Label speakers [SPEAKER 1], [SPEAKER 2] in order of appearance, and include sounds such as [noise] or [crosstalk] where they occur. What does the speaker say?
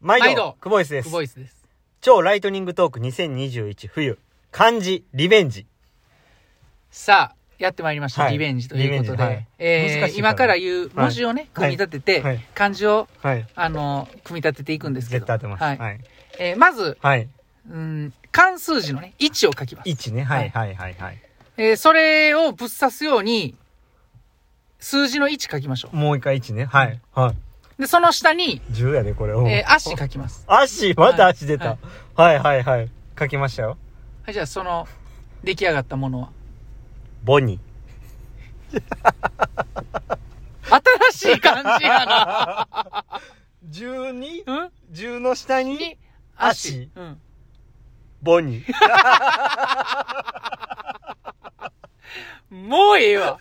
[SPEAKER 1] 毎
[SPEAKER 2] 毎
[SPEAKER 1] 度
[SPEAKER 2] 度、
[SPEAKER 1] クボイスです
[SPEAKER 2] ク。ボイスです。
[SPEAKER 1] 超ライトニングトーク2021冬、漢字、リベンジ。
[SPEAKER 2] さあ、やってまいりました。
[SPEAKER 1] はい
[SPEAKER 2] リベンジということ
[SPEAKER 1] リベン
[SPEAKER 2] で、
[SPEAKER 1] ジはい
[SPEAKER 2] え
[SPEAKER 1] 難
[SPEAKER 2] ー
[SPEAKER 1] しいから
[SPEAKER 2] 今から言う文字をね、組み立てて、
[SPEAKER 1] はい
[SPEAKER 2] 漢字を、
[SPEAKER 1] はい。
[SPEAKER 2] あの、組み立てていくんですけ
[SPEAKER 1] 絶
[SPEAKER 2] ど。
[SPEAKER 1] 対当てます。
[SPEAKER 2] は。
[SPEAKER 1] はいい。
[SPEAKER 2] えーまず、
[SPEAKER 1] はい。
[SPEAKER 2] うん、漢数字のね、位置を書きます。
[SPEAKER 1] 1ね。はいはいはいはい。
[SPEAKER 2] えーそれをぶっ刺すように、数字の位置書きましょ
[SPEAKER 1] もう一回1ね。はい。は
[SPEAKER 2] う。で、その下に、
[SPEAKER 1] い。10やで、これ。
[SPEAKER 2] えー足
[SPEAKER 1] か。
[SPEAKER 2] 書きます。
[SPEAKER 1] 足また足出た。はいはいはい。書きましたよ。
[SPEAKER 2] はい、じゃあその、出来上がったものは。
[SPEAKER 1] ボニー。
[SPEAKER 2] 新しい漢字
[SPEAKER 1] [laughs]
[SPEAKER 2] やな。
[SPEAKER 1] 12?10
[SPEAKER 2] うん
[SPEAKER 1] の下に
[SPEAKER 2] に、足。
[SPEAKER 1] 足
[SPEAKER 2] うん。
[SPEAKER 1] ボニー。
[SPEAKER 2] もうええわ。